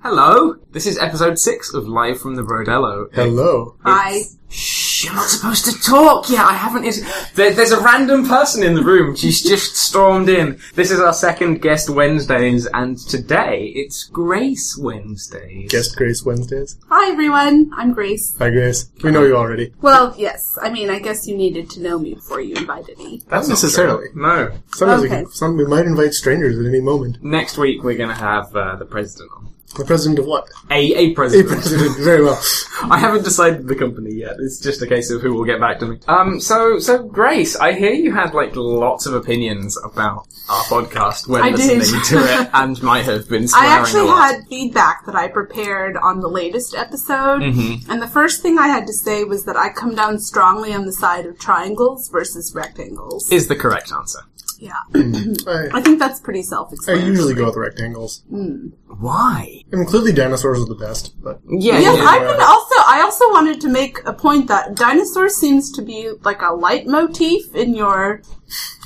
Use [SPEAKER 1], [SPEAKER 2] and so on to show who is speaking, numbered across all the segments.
[SPEAKER 1] Hello. This is episode six of Live from the Rodello.
[SPEAKER 2] Hello.
[SPEAKER 3] Hi.
[SPEAKER 1] Shh, you're not supposed to talk. Yeah, I haven't. Is there, there's a random person in the room. She's just stormed in. This is our second guest Wednesdays, and today it's Grace Wednesdays.
[SPEAKER 2] Guest Grace Wednesdays.
[SPEAKER 3] Hi, everyone. I'm Grace.
[SPEAKER 2] Hi, Grace. We know you already.
[SPEAKER 3] Well, yes. I mean, I guess you needed to know me before you invited me.
[SPEAKER 1] That's
[SPEAKER 2] Not necessarily.
[SPEAKER 1] true. No.
[SPEAKER 2] Sometimes we,
[SPEAKER 3] Okay.
[SPEAKER 2] can, some, we might invite strangers at any moment.
[SPEAKER 1] Next week we're gonna have uh, the president on.
[SPEAKER 2] The president of what?
[SPEAKER 1] A a
[SPEAKER 2] A
[SPEAKER 1] president.
[SPEAKER 2] president. Very well.
[SPEAKER 1] I haven't decided the company yet. It's just a case of who will get back to me. Um. So so Grace, I hear you had like lots of opinions about our podcast when
[SPEAKER 3] I did.
[SPEAKER 1] listening to it, and might have been.
[SPEAKER 3] I
[SPEAKER 1] Swearing a
[SPEAKER 3] actually
[SPEAKER 1] lot.
[SPEAKER 3] had feedback that I prepared on the latest episode, and the first thing I had to say was that I come down strongly on the side of triangles versus rectangles.
[SPEAKER 1] is the correct answer.
[SPEAKER 3] yeah.
[SPEAKER 2] I,
[SPEAKER 3] I think that's pretty
[SPEAKER 2] I
[SPEAKER 3] self-explanatory.
[SPEAKER 2] usually go with rectangles.
[SPEAKER 1] Why?
[SPEAKER 2] I mean, clearly dinosaurs are the best, but
[SPEAKER 1] Yeah,
[SPEAKER 3] Yes,
[SPEAKER 1] yeah.
[SPEAKER 3] I would also. I also wanted to make a point that dinosaur seems to be like a leitmotif in your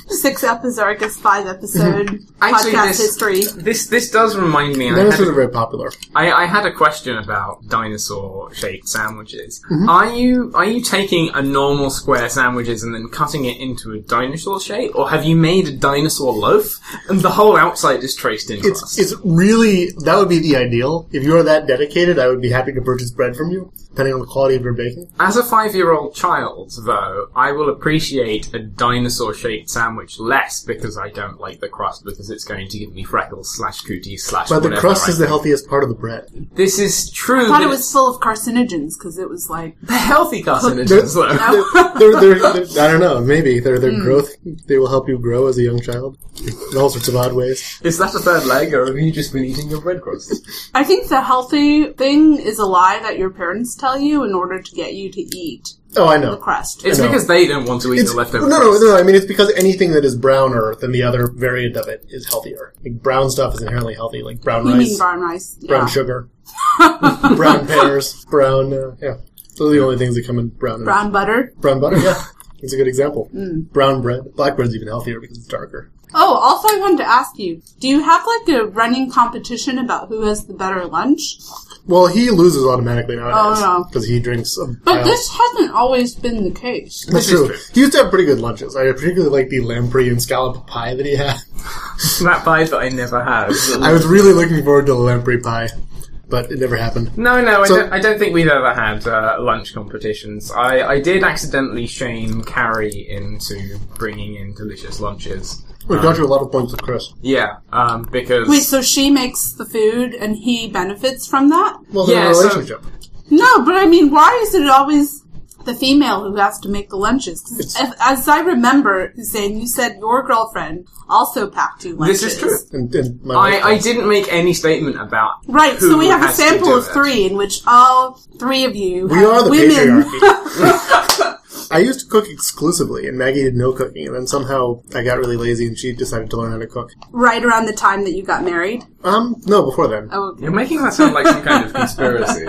[SPEAKER 3] six episarchus five episode
[SPEAKER 1] Actually,
[SPEAKER 3] podcast
[SPEAKER 1] this-
[SPEAKER 3] history.
[SPEAKER 1] This this does remind me. and I had,
[SPEAKER 2] dinosaurs are
[SPEAKER 1] a,
[SPEAKER 2] very popular.
[SPEAKER 1] I, I had a question about dinosaur shaped sandwiches. Are you are you taking a normal square sandwiches and then cutting it into a dinosaur shape, or have you made a dinosaur loaf and the whole outside is traced in crust?
[SPEAKER 2] It's, it's really, that would be the ideal. If you are that dedicated, I would be happy to purchase bread from you, depending on the quality of your baking.
[SPEAKER 1] As a five year old child, though, I will appreciate a dinosaur shaped sandwich less because I don't like the crust because it's going to give me freckles slash cooties slash.
[SPEAKER 2] But the
[SPEAKER 1] whatever
[SPEAKER 2] crust
[SPEAKER 1] I
[SPEAKER 2] is the
[SPEAKER 1] think.
[SPEAKER 2] healthiest part of the bread.
[SPEAKER 1] This is true.
[SPEAKER 3] I thought
[SPEAKER 1] but
[SPEAKER 3] it was full of carcinogens because it was like
[SPEAKER 1] The healthy carcinogens, though.
[SPEAKER 2] they're, they're, they're, I don't know. Maybe they're, they're
[SPEAKER 3] Hmm.
[SPEAKER 2] growth. They will help you grow as a young child in all sorts of odd ways.
[SPEAKER 1] Is that a third leg, or have you just been eating your bread crust?
[SPEAKER 3] I think the healthy thing is a lie that your parents tell you in order to get you to eat
[SPEAKER 2] Oh, I
[SPEAKER 3] the
[SPEAKER 2] know.
[SPEAKER 3] crust.
[SPEAKER 1] It's
[SPEAKER 2] No.
[SPEAKER 1] because they don't want to eat
[SPEAKER 2] It's,
[SPEAKER 1] the
[SPEAKER 2] no,
[SPEAKER 1] leftover
[SPEAKER 2] no,
[SPEAKER 1] crust.
[SPEAKER 2] no. I mean, it's because anything that is browner than the other variant of it is healthier. Like brown stuff is inherently healthy, like brown
[SPEAKER 3] you mean
[SPEAKER 2] rice,
[SPEAKER 3] brown rice?
[SPEAKER 2] brown
[SPEAKER 3] yeah.
[SPEAKER 2] sugar, brown pears, brown. Uh, yeah, those are the only things that come in brown. and-
[SPEAKER 3] brown Hmm. butter.
[SPEAKER 2] brown butter. Yeah, it's a good example. Brown bread, black bread's even healthier because it's darker.
[SPEAKER 3] Oh, also I wanted to ask you: Do you have like a running competition about who has the better lunch?
[SPEAKER 2] Well, he loses automatically nowadays
[SPEAKER 3] Oh, no.
[SPEAKER 2] because he drinks. A
[SPEAKER 3] But
[SPEAKER 2] pile-
[SPEAKER 3] this hasn't always been the case.
[SPEAKER 2] That's
[SPEAKER 1] This is
[SPEAKER 2] true.
[SPEAKER 1] true.
[SPEAKER 2] He used to have pretty good lunches. I particularly like the lamprey and scallop pie that he had.
[SPEAKER 1] That pie that I never had.
[SPEAKER 2] I was really looking forward to the lamprey pie, but it never happened.
[SPEAKER 1] No, no, I,
[SPEAKER 2] So-
[SPEAKER 1] don't, I don't think we've ever had uh, lunch competitions. I, I did accidentally shame Carrie into bringing in delicious lunches.
[SPEAKER 2] We got you a lot of points with Chris.
[SPEAKER 1] Yeah, um, because
[SPEAKER 3] Wait, so she makes the food and he benefits from that?
[SPEAKER 2] Well, they're in
[SPEAKER 1] Yeah,
[SPEAKER 2] a
[SPEAKER 1] so-
[SPEAKER 2] relationship.
[SPEAKER 3] No, but I mean, why is it always the female who has to make the lunches? 'Cause if- as I remember, Hussein, you said your girlfriend also packed you lunches.
[SPEAKER 1] This is true.
[SPEAKER 2] and, and my wife
[SPEAKER 1] I, I
[SPEAKER 2] does.
[SPEAKER 1] didn't make any statement about
[SPEAKER 3] Right,
[SPEAKER 1] who
[SPEAKER 3] so we have a
[SPEAKER 1] has to
[SPEAKER 3] sample
[SPEAKER 1] do
[SPEAKER 3] of
[SPEAKER 1] it.
[SPEAKER 3] three in which all three of you
[SPEAKER 2] we
[SPEAKER 3] have
[SPEAKER 2] are the
[SPEAKER 3] women.
[SPEAKER 2] patriarchy. I used to cook exclusively, and Maggie did no cooking, and then somehow I got really lazy and she decided to learn how to cook.
[SPEAKER 3] Right around the time that you got married.
[SPEAKER 2] Um, no, before then.
[SPEAKER 3] Oh, okay.
[SPEAKER 1] You're making that sound like some kind of conspiracy.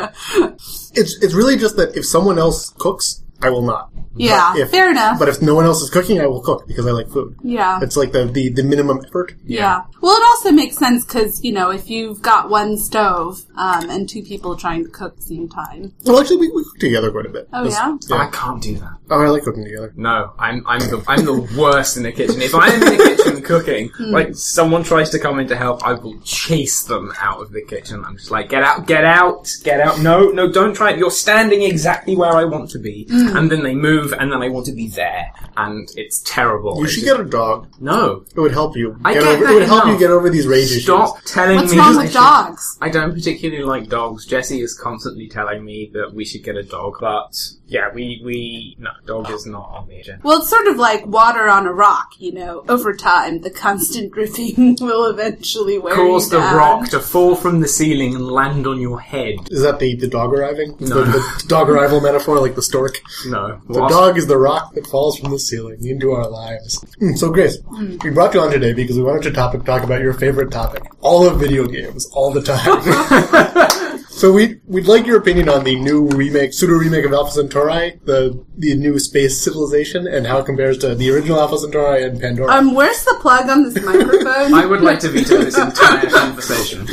[SPEAKER 2] It's, it's really just that if someone else cooks, I will not.
[SPEAKER 3] yeah,
[SPEAKER 2] if-
[SPEAKER 3] fair enough.
[SPEAKER 2] But if no one else is cooking, I will cook because I like food.
[SPEAKER 3] yeah.
[SPEAKER 2] It's like the, the, the minimum effort.
[SPEAKER 1] Yeah.
[SPEAKER 3] Yeah. Well, it also makes sense because, you know, if you've got one stove um, and two people trying to cook at the same time.
[SPEAKER 2] Well, actually, we, we cook together quite a bit.
[SPEAKER 3] Oh,
[SPEAKER 2] That's-
[SPEAKER 3] yeah?
[SPEAKER 1] I can't do that.
[SPEAKER 2] Oh, I like cooking together.
[SPEAKER 1] No, I'm I'm the I'm the worst in the kitchen. If I'm in the kitchen cooking,
[SPEAKER 3] Hmm.
[SPEAKER 1] like someone tries to come in to help, I will chase them out of the kitchen. I'm just like, get out, get out, get out. No, no, don't try it. You're standing exactly where I want to be,
[SPEAKER 3] Hmm.
[SPEAKER 1] and then they move, and then I want to be there, and it's terrible.
[SPEAKER 2] You
[SPEAKER 1] It's
[SPEAKER 2] should
[SPEAKER 1] just-
[SPEAKER 2] get a dog.
[SPEAKER 1] no.
[SPEAKER 2] It would help you.
[SPEAKER 1] I
[SPEAKER 2] get
[SPEAKER 1] get
[SPEAKER 2] over,
[SPEAKER 1] that
[SPEAKER 2] it would help
[SPEAKER 1] enough.
[SPEAKER 2] you get over these rage
[SPEAKER 1] Stop telling
[SPEAKER 3] What's
[SPEAKER 1] me.
[SPEAKER 3] wrong
[SPEAKER 1] that I
[SPEAKER 3] with
[SPEAKER 1] should-
[SPEAKER 3] dogs?
[SPEAKER 1] I don't particularly like dogs. Jesse is constantly telling me that we should get a dog, but yeah, we we no, dog is not on the agenda.
[SPEAKER 3] Well, it's sort of like water on a rock, you know. Over time, the constant dripping will eventually wear
[SPEAKER 1] cause
[SPEAKER 3] you
[SPEAKER 1] the
[SPEAKER 3] down.
[SPEAKER 1] rock to fall from the ceiling and land on your head.
[SPEAKER 2] issues. Is that the, the dog arriving?
[SPEAKER 1] No.
[SPEAKER 2] The, the dog arrival metaphor, like the stork.
[SPEAKER 1] No.
[SPEAKER 2] The dog is the rock that falls from the ceiling into our lives. Mm, so, Grace,
[SPEAKER 3] Hmm.
[SPEAKER 2] we brought you on today because we wanted to topic talk about your favorite topic, all of video games, all the time. so we we'd like your opinion on the new remake, pseudo remake of Alpha Centauri, the the new space civilization, and how it compares to the original Alpha Centauri and
[SPEAKER 3] Uh,
[SPEAKER 2] Pandora.
[SPEAKER 3] Um, where's the plug on this microphone?
[SPEAKER 1] I would like to veto this entire conversation.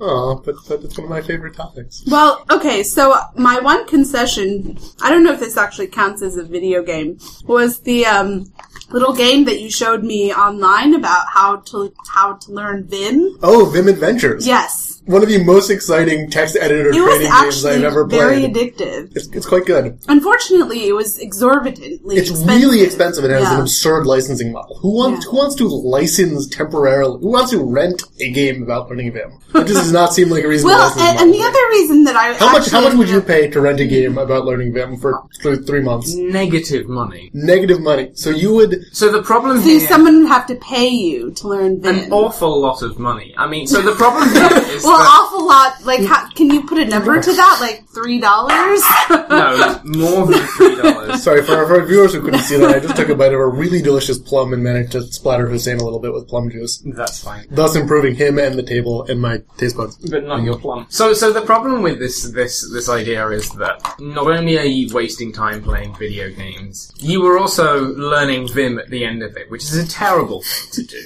[SPEAKER 2] Oh, but, but it's one of my favorite topics.
[SPEAKER 3] Well, okay, so my one concession, I don't know if this actually counts as a video game, was the um, little game that you showed me online about how to how to learn Vim.
[SPEAKER 2] Oh, Vim Adventures.
[SPEAKER 3] Yes.
[SPEAKER 2] One of the most exciting text editor
[SPEAKER 3] It was
[SPEAKER 2] training games I've
[SPEAKER 3] actually
[SPEAKER 2] ever
[SPEAKER 3] very
[SPEAKER 2] played.
[SPEAKER 3] addictive.
[SPEAKER 2] It's, it's quite good.
[SPEAKER 3] Unfortunately, it was exorbitantly
[SPEAKER 2] It's
[SPEAKER 3] expensive.
[SPEAKER 2] really expensive and it has an
[SPEAKER 3] Yeah.
[SPEAKER 2] absurd licensing model. Who wants
[SPEAKER 3] Yeah.
[SPEAKER 2] who wants to license temporarily? Who wants to rent a game about learning Vim? It just does not seem like a reasonable
[SPEAKER 3] Well,
[SPEAKER 2] license
[SPEAKER 3] and,
[SPEAKER 2] model.
[SPEAKER 3] and the other reason that I
[SPEAKER 2] how much how
[SPEAKER 3] actually-
[SPEAKER 2] much would you pay to rent a game about learning Vim for th- three months?
[SPEAKER 1] Negative money.
[SPEAKER 2] Negative money. So you would
[SPEAKER 1] So the problem
[SPEAKER 3] See,
[SPEAKER 1] here,
[SPEAKER 3] someone would have to pay you to learn Vim.
[SPEAKER 1] an awful lot of money. I mean, so the problem here is
[SPEAKER 3] well,
[SPEAKER 1] that,
[SPEAKER 3] awful lot. Like, how, can you put a number to that? Like three dollars?
[SPEAKER 1] no, more than three dollars.
[SPEAKER 2] Sorry for for our viewers who couldn't see that. I just took a bite of a really delicious plum and managed to splatter Hussein a little bit with plum juice,
[SPEAKER 1] That's fine.
[SPEAKER 2] thus improving him and the table and my taste buds.
[SPEAKER 1] But not your plum. So, so the problem with this this this idea is that not only are you wasting time playing video games, you are also learning Vim at the end of it, which is a terrible thing to do.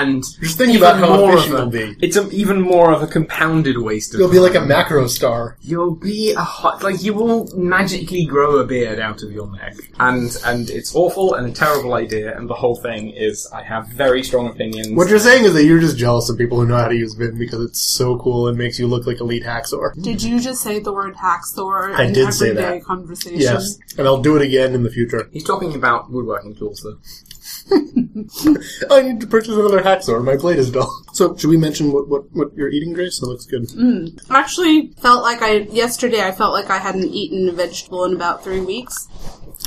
[SPEAKER 1] And
[SPEAKER 2] Just think about
[SPEAKER 1] even
[SPEAKER 2] how
[SPEAKER 1] more
[SPEAKER 2] efficient
[SPEAKER 1] of a-
[SPEAKER 2] it'll be.
[SPEAKER 1] It's a, even more of a compounded waste of.
[SPEAKER 2] You'll be like a
[SPEAKER 1] time.
[SPEAKER 2] macro star.
[SPEAKER 1] You'll be a hot, like you will magically grow a beard out of your neck, and and it's awful and a terrible idea. And the whole thing is, I have very strong opinions.
[SPEAKER 2] What you're saying is that you're just jealous of people who know how to use Vim because it's so cool and makes you look like a lead hacksaw.
[SPEAKER 3] Did you just say the word hack store
[SPEAKER 2] I
[SPEAKER 3] in
[SPEAKER 2] did say
[SPEAKER 3] everyday
[SPEAKER 2] that.
[SPEAKER 3] conversation?
[SPEAKER 2] Yes, and I'll do it again in the future.
[SPEAKER 1] He's talking about woodworking tools, though.
[SPEAKER 2] I need to purchase another hacksaw. My blade is dull. So, should we mention what, what, what you're eating, Grace? That looks good.
[SPEAKER 3] Mm. Actually, felt like I yesterday. I felt like I hadn't eaten a vegetable in about three weeks.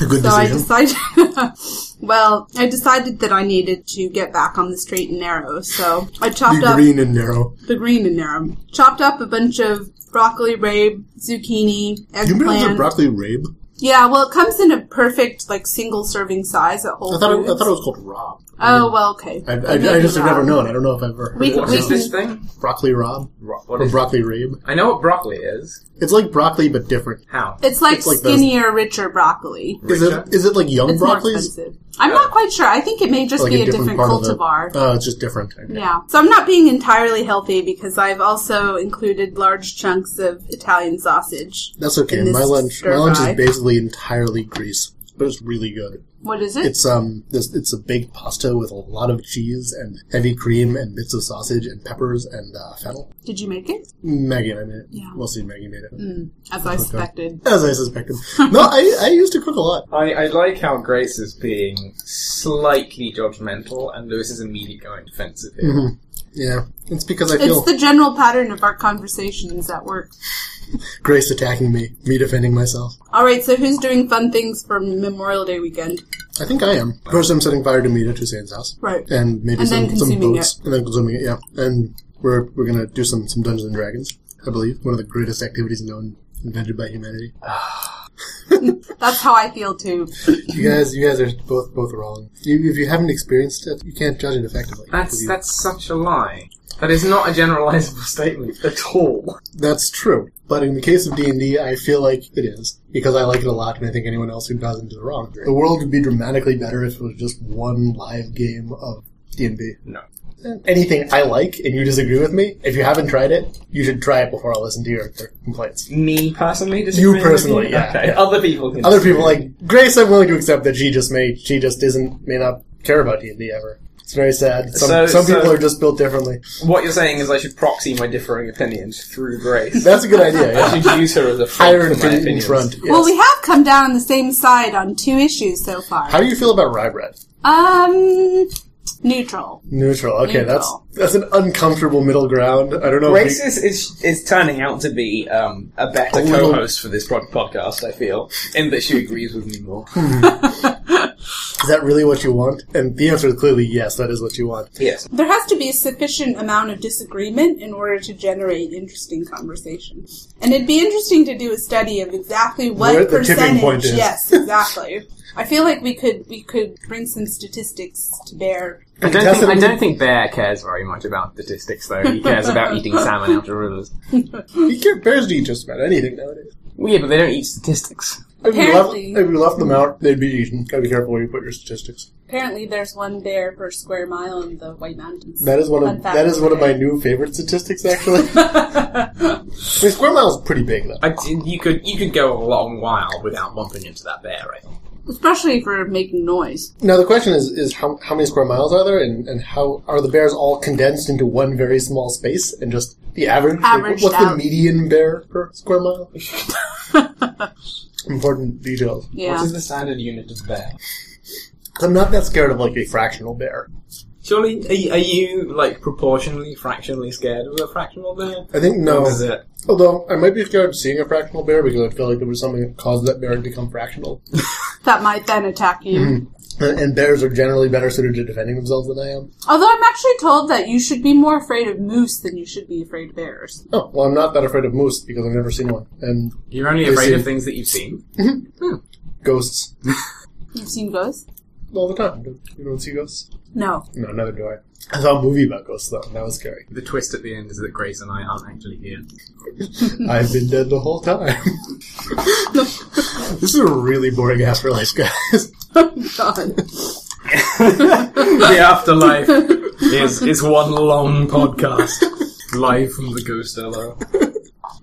[SPEAKER 2] A good
[SPEAKER 3] So I
[SPEAKER 2] decision.
[SPEAKER 3] decided. well, I decided that I needed to get back on the straight and narrow. So I chopped
[SPEAKER 2] Be
[SPEAKER 3] up
[SPEAKER 2] green and narrow.
[SPEAKER 3] the green and narrow. Chopped up a bunch of broccoli, rabe, zucchini,
[SPEAKER 2] You remember
[SPEAKER 3] eggplant.
[SPEAKER 2] the broccoli rabe?
[SPEAKER 3] yeah, well, it comes in a perfect like single serving size at Whole
[SPEAKER 2] I thought it,
[SPEAKER 3] Foods.
[SPEAKER 2] I thought it was called rob.
[SPEAKER 3] oh well, okay.
[SPEAKER 2] I, I, I just have never known. I don't know if I've ever
[SPEAKER 3] We
[SPEAKER 2] heard
[SPEAKER 3] could-
[SPEAKER 1] What
[SPEAKER 2] of
[SPEAKER 3] we
[SPEAKER 1] is
[SPEAKER 2] it.
[SPEAKER 3] could-
[SPEAKER 1] this thing?
[SPEAKER 2] broccoli rob
[SPEAKER 1] Ro- What
[SPEAKER 2] or
[SPEAKER 1] is
[SPEAKER 2] broccoli rabe.
[SPEAKER 1] I know what broccoli is.
[SPEAKER 2] It's like broccoli but different.
[SPEAKER 1] How?
[SPEAKER 3] It's like
[SPEAKER 2] It's like those-
[SPEAKER 3] skinnier, richer broccoli.
[SPEAKER 2] Is it is it like young
[SPEAKER 3] It's
[SPEAKER 2] broccoli?
[SPEAKER 3] more expensive. I'm not quite sure. I think it may just
[SPEAKER 2] uh, Like
[SPEAKER 3] be a different,
[SPEAKER 2] part
[SPEAKER 3] cultivar.
[SPEAKER 2] Of it. Oh, it's just different. Okay.
[SPEAKER 3] Yeah. So I'm not being entirely healthy because I've also included large chunks of Italian sausage.
[SPEAKER 2] That's okay.
[SPEAKER 3] In this
[SPEAKER 2] My lunch my
[SPEAKER 3] stir
[SPEAKER 2] lunch
[SPEAKER 3] fry.
[SPEAKER 2] is basically entirely grease, but it's really good.
[SPEAKER 3] What is it?
[SPEAKER 2] It's um this it's a baked pasta with a lot of cheese and heavy cream and bits of sausage and peppers and uh, fennel.
[SPEAKER 3] Did you make it?
[SPEAKER 2] Maggie and I made it.
[SPEAKER 3] Yeah. Mm.
[SPEAKER 2] Mostly Maggie made it.
[SPEAKER 3] As I suspected.
[SPEAKER 2] As I suspected. no, I, I used to cook a lot.
[SPEAKER 1] I, I like how Grace is being slightly judgmental, and Lewis is immediately going defensive here.
[SPEAKER 2] Mm-hmm. Yeah. It's because I feel
[SPEAKER 3] It's the general pattern of our conversations at work.
[SPEAKER 2] Grace attacking me, me defending myself.
[SPEAKER 3] All right. So who's doing fun things for Memorial Day weekend?
[SPEAKER 2] I think I am. First, I'm setting fire to meat at Hussein's house,
[SPEAKER 3] Right.
[SPEAKER 2] and maybe
[SPEAKER 3] And
[SPEAKER 2] some,
[SPEAKER 3] then
[SPEAKER 2] some
[SPEAKER 3] consuming
[SPEAKER 2] boats, and then consuming it. Yeah, and we're we're gonna do some some Dungeons and Dragons. I believe one of the greatest activities known invented by humanity.
[SPEAKER 3] That's how I feel too.
[SPEAKER 2] You guys, you guys are both both wrong. You, if you haven't experienced it, you can't judge it effectively.
[SPEAKER 1] That's
[SPEAKER 2] You-
[SPEAKER 1] that's such a lie. That is not a generalizable statement at all.
[SPEAKER 2] that's true. But in the case of D and I feel like it is because I like it a lot, and I think anyone else who doesn't is wrong. The world would be dramatically better if it was just one live game of D and D.
[SPEAKER 1] No.
[SPEAKER 2] anything I like and you disagree with me, if you haven't tried it, you should try it before I listen to your complaints.
[SPEAKER 1] Me personally disagree. with
[SPEAKER 2] personally, yeah.
[SPEAKER 1] Okay. Other people can.
[SPEAKER 2] Other people like Grace, I'm willing to accept that she just may she just isn't may not care about D and D ever. It's very sad. Some,
[SPEAKER 1] So-
[SPEAKER 2] some
[SPEAKER 1] so-
[SPEAKER 2] people are just built differently.
[SPEAKER 1] What you're saying is I should proxy my differing opinions through Grace.
[SPEAKER 2] That's a good idea.
[SPEAKER 1] I
[SPEAKER 2] Yeah.
[SPEAKER 1] should use her as a front
[SPEAKER 2] Higher
[SPEAKER 1] for my
[SPEAKER 2] opinion in
[SPEAKER 1] opinions.
[SPEAKER 2] front. Yes.
[SPEAKER 3] Well, we have come down on the same side on two issues so far.
[SPEAKER 2] How do you feel about rye bread?
[SPEAKER 3] Um, neutral.
[SPEAKER 2] Neutral. Okay,
[SPEAKER 3] Neutral.
[SPEAKER 2] that's that's an uncomfortable middle ground. I don't know. if we-
[SPEAKER 1] Grace is, is, is turning out to be um, a better
[SPEAKER 2] little-
[SPEAKER 1] co-host for this pod- podcast. I feel, in that she agrees with me more.
[SPEAKER 2] Hmm. is that really what you want? And the answer is clearly yes. That is what you want.
[SPEAKER 1] yes.
[SPEAKER 3] There has to be a sufficient amount of disagreement in order to generate interesting conversation. And it'd be interesting to do a study of exactly what
[SPEAKER 2] Where the tipping
[SPEAKER 3] percentage.
[SPEAKER 2] point is.
[SPEAKER 3] Yes, exactly. I feel like we could we could bring some statistics to bear.
[SPEAKER 1] I
[SPEAKER 2] don't think- I don't
[SPEAKER 1] think Bear cares very much about statistics, though. He cares about eating salmon out of rivers.
[SPEAKER 2] You can't bears to eat just about anything nowadays.
[SPEAKER 1] Well, yeah, but they don't eat statistics.
[SPEAKER 2] If you, left,
[SPEAKER 3] Apparently-
[SPEAKER 2] if you left them out, they'd be eaten. Gotta be careful where you put your statistics.
[SPEAKER 3] Apparently, there's one bear per square mile in the White Mountains.
[SPEAKER 2] That is one
[SPEAKER 3] Fun
[SPEAKER 2] of
[SPEAKER 3] fact
[SPEAKER 2] that is one of my
[SPEAKER 3] today.
[SPEAKER 2] new favorite statistics. Actually, I mean, square mile is pretty big though.
[SPEAKER 1] I, you could you could go a long while without bumping into that bear. I think.
[SPEAKER 3] Especially for making noise.
[SPEAKER 2] Now the question is is how, how many square miles are there, and, and how are the bears all condensed into one very small space, and just the average? like,
[SPEAKER 3] Averaged
[SPEAKER 2] what's the
[SPEAKER 3] out.
[SPEAKER 2] median bear per square mile? Important details.
[SPEAKER 3] Yeah.
[SPEAKER 1] the standard unit of bear?
[SPEAKER 2] I'm not that scared of like a fractional bear.
[SPEAKER 1] Surely, are, you- are you like proportionally, fractionally scared of a fractional bear?
[SPEAKER 2] I think no.
[SPEAKER 1] What is it?
[SPEAKER 2] Although I might be scared of seeing a fractional bear because I feel like there was something that caused that bear to become fractional.
[SPEAKER 3] That might then attack you.
[SPEAKER 2] Mm-hmm. and, and bears are generally better suited to defending themselves than I am.
[SPEAKER 3] Although I'm actually told that you should be more afraid of moose than you should be afraid of bears.
[SPEAKER 2] Oh, well, I'm not that afraid of moose because I've never seen one. And
[SPEAKER 1] You're only
[SPEAKER 2] You've
[SPEAKER 1] afraid
[SPEAKER 2] seen-
[SPEAKER 1] of things that you've seen.
[SPEAKER 2] ghosts
[SPEAKER 3] You've seen ghosts?
[SPEAKER 2] all the time. Don't- You don't see ghosts?
[SPEAKER 3] No.
[SPEAKER 2] No, neither do I. I saw a movie about ghosts though, and that was scary.
[SPEAKER 1] The twist at the end is that Grace and I aren't actually here.
[SPEAKER 2] I've been dead the whole time. this is a really boring afterlife, guys.
[SPEAKER 3] God.
[SPEAKER 1] the afterlife is is one long podcast. Live from the ghost hello.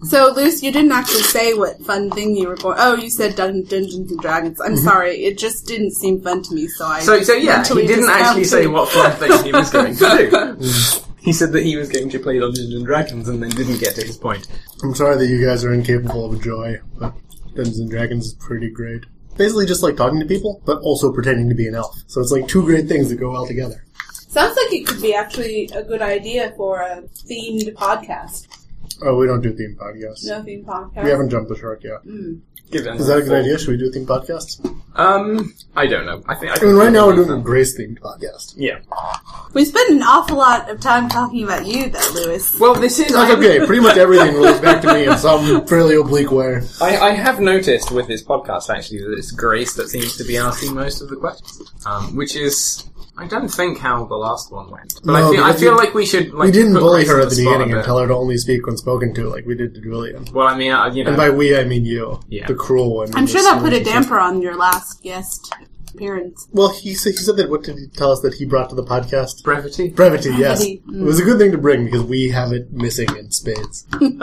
[SPEAKER 3] So, Luce, you didn't actually say what fun thing you were going. Oh, you said dun- Dungeons and Dragons.
[SPEAKER 2] Mm-hmm.
[SPEAKER 3] I'm sorry, it just didn't seem fun to me. So I.
[SPEAKER 1] So so yeah, he
[SPEAKER 3] mentally
[SPEAKER 1] didn't actually
[SPEAKER 3] discounted
[SPEAKER 1] say
[SPEAKER 3] it.
[SPEAKER 1] what fun thing he was going to do. He said that he was going to play Dungeons and Dragons and then didn't get to his point.
[SPEAKER 2] I'm sorry that you guys are incapable of joy, but Dungeons and Dragons is pretty great. Basically, just like talking to people, but also pretending to be an elf. So it's like two great things that go well together.
[SPEAKER 3] Sounds like it could be actually a good idea for a themed podcast.
[SPEAKER 2] Oh, we don't do theme podcasts.
[SPEAKER 3] No theme podcast.
[SPEAKER 2] We haven't jumped the shark yet.
[SPEAKER 1] Give it
[SPEAKER 2] Is that a good idea? Should we do a theme podcast?
[SPEAKER 1] Um, I don't know. I think I
[SPEAKER 2] I mean, right now we're doing a Grace themed podcast.
[SPEAKER 1] Yeah.
[SPEAKER 3] We spent an awful lot of time talking about you, though, Lewis.
[SPEAKER 1] Well, this is
[SPEAKER 2] That's okay. Pretty much everything relates back to me in some fairly oblique way.
[SPEAKER 1] I, I have noticed with this podcast actually that it's Grace that seems to be asking most of the questions, um, which is I don't think how the last one went. But
[SPEAKER 2] No,
[SPEAKER 1] I feel, I
[SPEAKER 2] because
[SPEAKER 1] feel
[SPEAKER 2] we-
[SPEAKER 1] like we should. Like,
[SPEAKER 2] We didn't
[SPEAKER 1] put
[SPEAKER 2] bully
[SPEAKER 1] Grace
[SPEAKER 2] her
[SPEAKER 1] on
[SPEAKER 2] at the
[SPEAKER 1] spot a
[SPEAKER 2] beginning and
[SPEAKER 1] bit.
[SPEAKER 2] tell her to only speak when spoken to, like we did to Julian.
[SPEAKER 1] Well, I mean, uh, you know,
[SPEAKER 2] And by we, I mean you,
[SPEAKER 1] Yeah.
[SPEAKER 2] the cruel one.
[SPEAKER 3] I'm sure that put a
[SPEAKER 2] Relationship.
[SPEAKER 3] damper on your last guest appearance.
[SPEAKER 2] Well, he said, he said that. What did he tell us that he brought to the podcast?
[SPEAKER 1] brevity.
[SPEAKER 2] Brevity, yes.
[SPEAKER 3] Brevity, mm.
[SPEAKER 2] It was a good thing to bring because we have it missing in spades. can,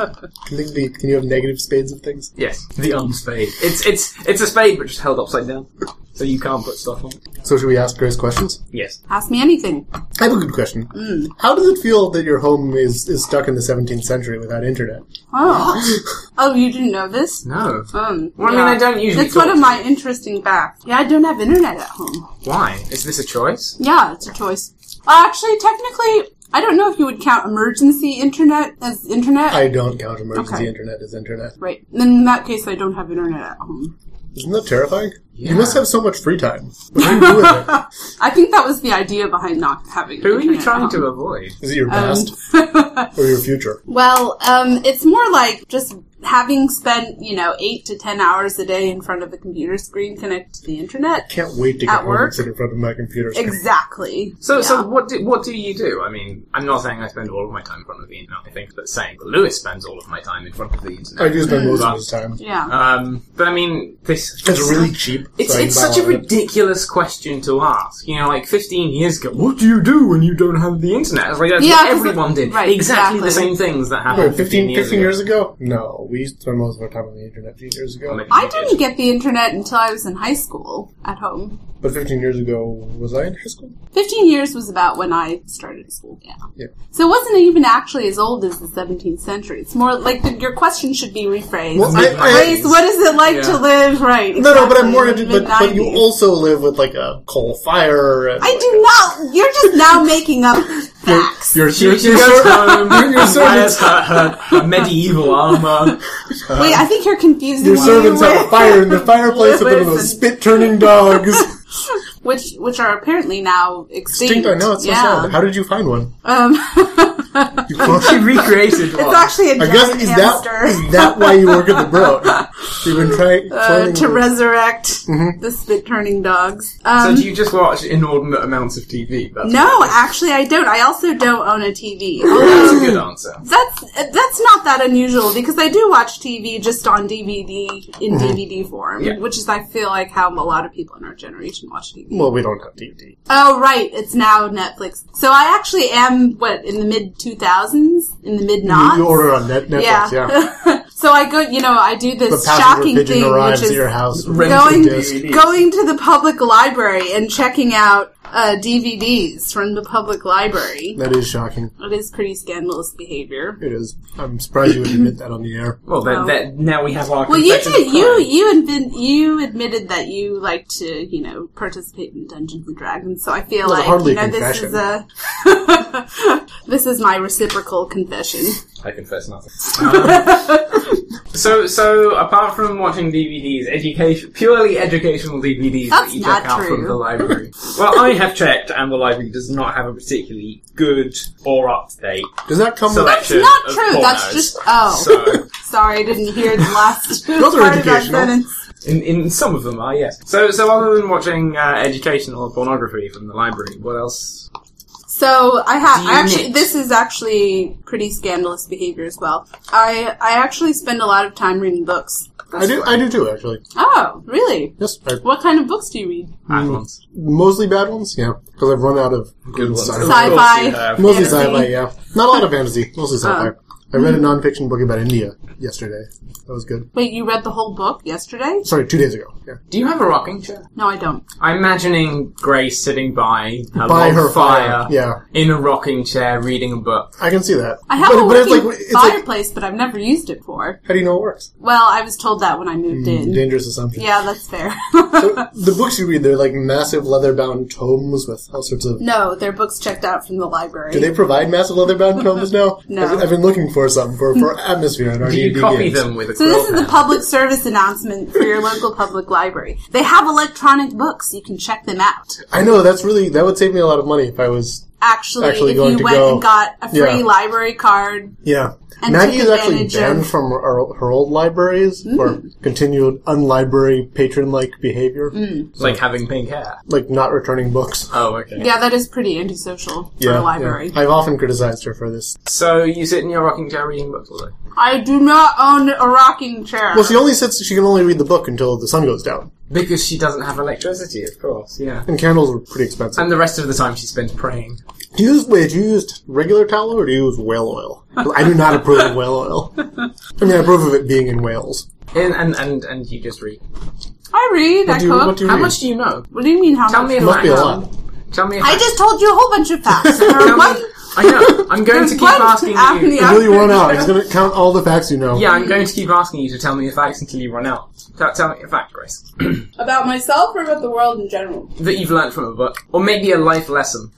[SPEAKER 2] things be, can you have negative spades of things?
[SPEAKER 1] Yes, the arm spade. It's it's it's a spade, but just held upside down, so you can't put stuff on. it.
[SPEAKER 2] So should we ask Grace questions?
[SPEAKER 1] Yes.
[SPEAKER 3] Ask me anything.
[SPEAKER 2] I have a good question.
[SPEAKER 3] Mm.
[SPEAKER 2] How does it feel that your home is, is stuck in the 17th century without internet?
[SPEAKER 3] Oh. oh, you didn't know this?
[SPEAKER 1] No.
[SPEAKER 3] Um,
[SPEAKER 1] Well, I mean, I don't usually
[SPEAKER 3] It's one
[SPEAKER 1] talk.
[SPEAKER 3] of my interesting facts. Yeah, I don't have internet at home.
[SPEAKER 1] Why? Is this a choice?
[SPEAKER 3] Yeah, it's a choice. Well, actually, technically, I don't know if you would count emergency internet as internet.
[SPEAKER 2] I don't count emergency
[SPEAKER 3] Okay.
[SPEAKER 2] internet as internet.
[SPEAKER 3] right. In that case, I don't have internet at home.
[SPEAKER 2] Isn't that terrifying?
[SPEAKER 1] Yeah.
[SPEAKER 2] You must have so much free time. What do you do with it?
[SPEAKER 3] I think that was the idea behind not having.
[SPEAKER 1] Who are you
[SPEAKER 3] internet
[SPEAKER 1] trying
[SPEAKER 3] at
[SPEAKER 1] to avoid?
[SPEAKER 2] Is it your past
[SPEAKER 3] home.
[SPEAKER 2] or your future?
[SPEAKER 3] Well, um, it's more like just having spent, you know, eight to ten hours a day in front of a computer screen connected to the internet.
[SPEAKER 2] Can't wait to get
[SPEAKER 3] At
[SPEAKER 2] home
[SPEAKER 3] work?
[SPEAKER 2] and sit in front of my computer. screen.
[SPEAKER 3] Exactly.
[SPEAKER 1] So,
[SPEAKER 3] Yeah.
[SPEAKER 1] so what do what do you do? I mean, I'm not saying I spend all of my time in front of the internet. I think, but saying that Lewis spends all of my time in front of the internet.
[SPEAKER 2] I do spend most
[SPEAKER 1] But,
[SPEAKER 2] of his time.
[SPEAKER 3] Yeah.
[SPEAKER 1] Um, but I mean, this
[SPEAKER 2] It's really cheap.
[SPEAKER 1] It's,
[SPEAKER 2] so I
[SPEAKER 1] it's
[SPEAKER 2] can buy
[SPEAKER 1] such a
[SPEAKER 2] lot of it.
[SPEAKER 1] ridiculous question to ask. You know, like 15 years ago, what do you do when you don't have the internet? It's like, that's
[SPEAKER 3] Yeah,
[SPEAKER 1] what
[SPEAKER 3] 'cause
[SPEAKER 1] everyone
[SPEAKER 3] it-
[SPEAKER 1] did.
[SPEAKER 3] right,
[SPEAKER 1] exactly, the
[SPEAKER 3] exactly.
[SPEAKER 1] same things that
[SPEAKER 2] Wait,
[SPEAKER 1] happened
[SPEAKER 2] 15,
[SPEAKER 1] 15, years
[SPEAKER 2] 15
[SPEAKER 1] ago.
[SPEAKER 2] years ago? No, we used to spend most of our time on the internet 15 years ago.
[SPEAKER 1] Maybe
[SPEAKER 3] I
[SPEAKER 1] you did.
[SPEAKER 3] didn't get the internet until I was in high school at home.
[SPEAKER 2] But 15 years ago, was I in high school?
[SPEAKER 3] 15 years was about when I started school. Yeah.
[SPEAKER 2] Yeah.
[SPEAKER 3] So it wasn't even actually as old as the 17th century. It's more like the, your question should be rephrased.
[SPEAKER 2] Well, I- I-
[SPEAKER 3] Grace, what is it like
[SPEAKER 1] Yeah.
[SPEAKER 3] to live? Right.
[SPEAKER 2] No, no, but I'm more
[SPEAKER 3] exactly, in
[SPEAKER 2] interested.
[SPEAKER 3] the
[SPEAKER 2] But, but you
[SPEAKER 3] mid-nineties.
[SPEAKER 2] also live with like a coal fire. And,
[SPEAKER 3] I do not. You're just now making up facts.
[SPEAKER 2] You're,
[SPEAKER 1] She,
[SPEAKER 2] you're,
[SPEAKER 1] she
[SPEAKER 2] you're
[SPEAKER 1] goes
[SPEAKER 2] sort-
[SPEAKER 1] home,
[SPEAKER 2] you're
[SPEAKER 1] and
[SPEAKER 2] serving-
[SPEAKER 1] wears her, her, her medieval armor.
[SPEAKER 3] Wait, I think you're confusing
[SPEAKER 2] your
[SPEAKER 3] me
[SPEAKER 2] servants have a
[SPEAKER 3] with-
[SPEAKER 2] fire in the fireplace with one of those
[SPEAKER 3] Listen.
[SPEAKER 2] spit turning dogs.
[SPEAKER 3] which which are apparently now extinct.
[SPEAKER 2] Stink, I know it's so sad.
[SPEAKER 3] yeah.
[SPEAKER 2] How did you find one?
[SPEAKER 3] Um,
[SPEAKER 2] You
[SPEAKER 1] She recreated
[SPEAKER 3] it's
[SPEAKER 1] one.
[SPEAKER 3] actually a
[SPEAKER 2] I
[SPEAKER 3] giant
[SPEAKER 2] guess is
[SPEAKER 3] hamster.
[SPEAKER 2] that is that why you work at the Broad? We've been trying
[SPEAKER 3] uh,
[SPEAKER 2] playing-
[SPEAKER 3] to resurrect the spit turning dogs.
[SPEAKER 1] So
[SPEAKER 3] Um,
[SPEAKER 1] do you just watch inordinate amounts of TV? That's
[SPEAKER 3] no, actually, I don't. I also don't own a TV.
[SPEAKER 1] that's
[SPEAKER 3] Although
[SPEAKER 1] a good answer.
[SPEAKER 3] that's that's not that unusual because I do watch TV just on DVD in DVD form,
[SPEAKER 1] Yeah.
[SPEAKER 3] which is I feel like how a lot of people in our generation watch TV.
[SPEAKER 2] well, we don't have DVD.
[SPEAKER 3] Oh, right. It's now Netflix. So I actually am, what, in the mid 2000s? In the mid
[SPEAKER 2] You,
[SPEAKER 3] noughts?
[SPEAKER 2] you order on net, Netflix, yeah.
[SPEAKER 3] so I go, you know, I do
[SPEAKER 2] The
[SPEAKER 3] this
[SPEAKER 2] passenger
[SPEAKER 3] shocking
[SPEAKER 2] pigeon
[SPEAKER 3] thing, which
[SPEAKER 2] arrives
[SPEAKER 3] is
[SPEAKER 2] at your house.
[SPEAKER 1] Rented
[SPEAKER 3] going-
[SPEAKER 1] DVDs.
[SPEAKER 3] going to the public library and checking out uh, DVDs from the public library.
[SPEAKER 2] That is shocking.
[SPEAKER 3] It is pretty scandalous behavior.
[SPEAKER 2] It is. I'm surprised you would admit that on the air.
[SPEAKER 1] Well, then,
[SPEAKER 3] Wow.
[SPEAKER 1] that, now we have our.
[SPEAKER 3] Well, you
[SPEAKER 1] confession
[SPEAKER 3] did.
[SPEAKER 1] of
[SPEAKER 3] You
[SPEAKER 1] crime.
[SPEAKER 3] you admit, you admitted that you like to you know participate in Dungeons and Dragons. So I feel
[SPEAKER 2] Well,
[SPEAKER 3] like
[SPEAKER 2] hardly
[SPEAKER 3] you know
[SPEAKER 2] a
[SPEAKER 3] this is a this is my reciprocal confession.
[SPEAKER 1] I confess nothing. Um, so, so apart from watching DVDs, education, purely educational DVDs
[SPEAKER 3] That's
[SPEAKER 1] that you
[SPEAKER 3] not
[SPEAKER 1] check out from
[SPEAKER 3] true.
[SPEAKER 1] the library. well, I have checked, and the library does not have a particularly good or up to date
[SPEAKER 2] Does that come with
[SPEAKER 3] It's
[SPEAKER 1] selection.
[SPEAKER 3] not
[SPEAKER 1] of
[SPEAKER 3] true. That's
[SPEAKER 1] pornos.
[SPEAKER 3] just oh.
[SPEAKER 1] So,
[SPEAKER 3] Sorry, I didn't hear the last
[SPEAKER 2] Those are
[SPEAKER 3] part of that
[SPEAKER 2] educational.
[SPEAKER 3] sentence.
[SPEAKER 1] in, in some of them are yes. So, so other than watching uh, educational pornography from the library, what else?
[SPEAKER 3] So I have
[SPEAKER 1] Do you
[SPEAKER 3] I actually
[SPEAKER 1] knit?
[SPEAKER 3] this is actually pretty scandalous behavior as well. I I actually spend a lot of time reading books.
[SPEAKER 2] I do. I do too, actually.
[SPEAKER 3] Oh, really?
[SPEAKER 2] Yes, I,
[SPEAKER 3] What kind of books do you read?
[SPEAKER 1] Bad ones.
[SPEAKER 2] mostly bad ones. Yeah, because I've run out of
[SPEAKER 1] Good ones.
[SPEAKER 2] sci-fi.
[SPEAKER 1] Of course you
[SPEAKER 3] Sci-fi.
[SPEAKER 1] have.
[SPEAKER 2] Mostly
[SPEAKER 3] Fantasy. Uh.
[SPEAKER 2] sci-fi, yeah. Not a lot of fantasy. Mostly sci-fi. I read a non-fiction book about India yesterday. That was good.
[SPEAKER 3] Wait, you read the whole book yesterday?
[SPEAKER 2] Sorry, two days ago. Yeah.
[SPEAKER 1] Do you have a rocking chair?
[SPEAKER 3] No, I don't.
[SPEAKER 1] I'm imagining Grace sitting by her,
[SPEAKER 2] By
[SPEAKER 1] log
[SPEAKER 2] her
[SPEAKER 1] fire,
[SPEAKER 2] fire. Yeah,
[SPEAKER 1] in a rocking chair reading a book.
[SPEAKER 2] I can see that.
[SPEAKER 3] I have
[SPEAKER 2] but,
[SPEAKER 3] a
[SPEAKER 2] but it's
[SPEAKER 3] working
[SPEAKER 2] like it's like
[SPEAKER 3] fireplace, but I've never used it before.
[SPEAKER 2] how do you know it works?
[SPEAKER 3] Well, I was told that when I moved in.
[SPEAKER 2] Dangerous assumption.
[SPEAKER 3] Mm-hmm. Yeah, that's fair.
[SPEAKER 2] Hmm, So, the books you read, they're like massive leather-bound tomes with all sorts of.
[SPEAKER 3] no, their books checked out from the library.
[SPEAKER 2] Do they provide massive leather-bound tomes now?
[SPEAKER 3] No.
[SPEAKER 2] I've, I've been looking for some for, for atmosphere in our
[SPEAKER 1] Do you
[SPEAKER 2] D&D
[SPEAKER 1] copy
[SPEAKER 2] games.
[SPEAKER 1] them with a
[SPEAKER 3] So
[SPEAKER 1] quill
[SPEAKER 3] this is the
[SPEAKER 1] pen?
[SPEAKER 3] public service announcement for your local public library. They have electronic books. You can check them out.
[SPEAKER 2] I know that's really that would save me a lot of money if I was.
[SPEAKER 3] Actually,
[SPEAKER 2] Actually
[SPEAKER 3] if
[SPEAKER 2] going
[SPEAKER 3] you
[SPEAKER 2] to
[SPEAKER 3] went
[SPEAKER 2] go.
[SPEAKER 3] and got a free
[SPEAKER 2] Yeah.
[SPEAKER 3] library card,
[SPEAKER 2] Yeah,
[SPEAKER 3] And
[SPEAKER 2] Maggie
[SPEAKER 3] took
[SPEAKER 2] is actually
[SPEAKER 3] advantage of-
[SPEAKER 2] banned from her, her old libraries
[SPEAKER 3] Mm.
[SPEAKER 2] for continued unlibrary patron-like behavior.
[SPEAKER 3] Mm.
[SPEAKER 1] It's like having pink hair.
[SPEAKER 2] like not returning books.
[SPEAKER 1] Oh, okay.
[SPEAKER 3] yeah, that is pretty antisocial for a library.
[SPEAKER 2] I've often criticized her for this.
[SPEAKER 1] So you sit in your rocking chair reading books all day.
[SPEAKER 3] I do not own a rocking chair.
[SPEAKER 2] Well, she only sits. She can only read the book until the sun goes down,
[SPEAKER 1] Because she doesn't have electricity, of course, yeah.
[SPEAKER 2] and candles are pretty expensive.
[SPEAKER 1] And the rest of the time she spends praying.
[SPEAKER 2] do you use wait? Do you use regular tallow or do you use whale oil? 'Cause I do not approve of whale oil. I mean, I approve of it being in whales.
[SPEAKER 1] And and, and, and you just read.
[SPEAKER 3] I read. I
[SPEAKER 2] do you-
[SPEAKER 3] cook.
[SPEAKER 2] what do you
[SPEAKER 1] How
[SPEAKER 2] read?
[SPEAKER 1] much do you know?
[SPEAKER 3] What do you mean? How
[SPEAKER 1] Tell
[SPEAKER 3] much?
[SPEAKER 1] me a
[SPEAKER 2] Must be a
[SPEAKER 1] fact.
[SPEAKER 2] lot.
[SPEAKER 1] Tell me a
[SPEAKER 3] I
[SPEAKER 1] fact.
[SPEAKER 3] just told you a whole bunch of facts. There
[SPEAKER 1] Tell
[SPEAKER 3] are
[SPEAKER 1] me-
[SPEAKER 3] one.
[SPEAKER 1] I know. I'm going to keep
[SPEAKER 3] one
[SPEAKER 1] asking
[SPEAKER 3] after
[SPEAKER 1] you.
[SPEAKER 3] the
[SPEAKER 2] Until you run out, it's going to count all the facts you know.
[SPEAKER 1] Yeah, I'm going to keep asking you to tell me a fact until you run out. Tell, tell me a fact, Grace.
[SPEAKER 3] About myself or about the world in general?
[SPEAKER 1] That you've learned from a book. Or maybe a life lesson.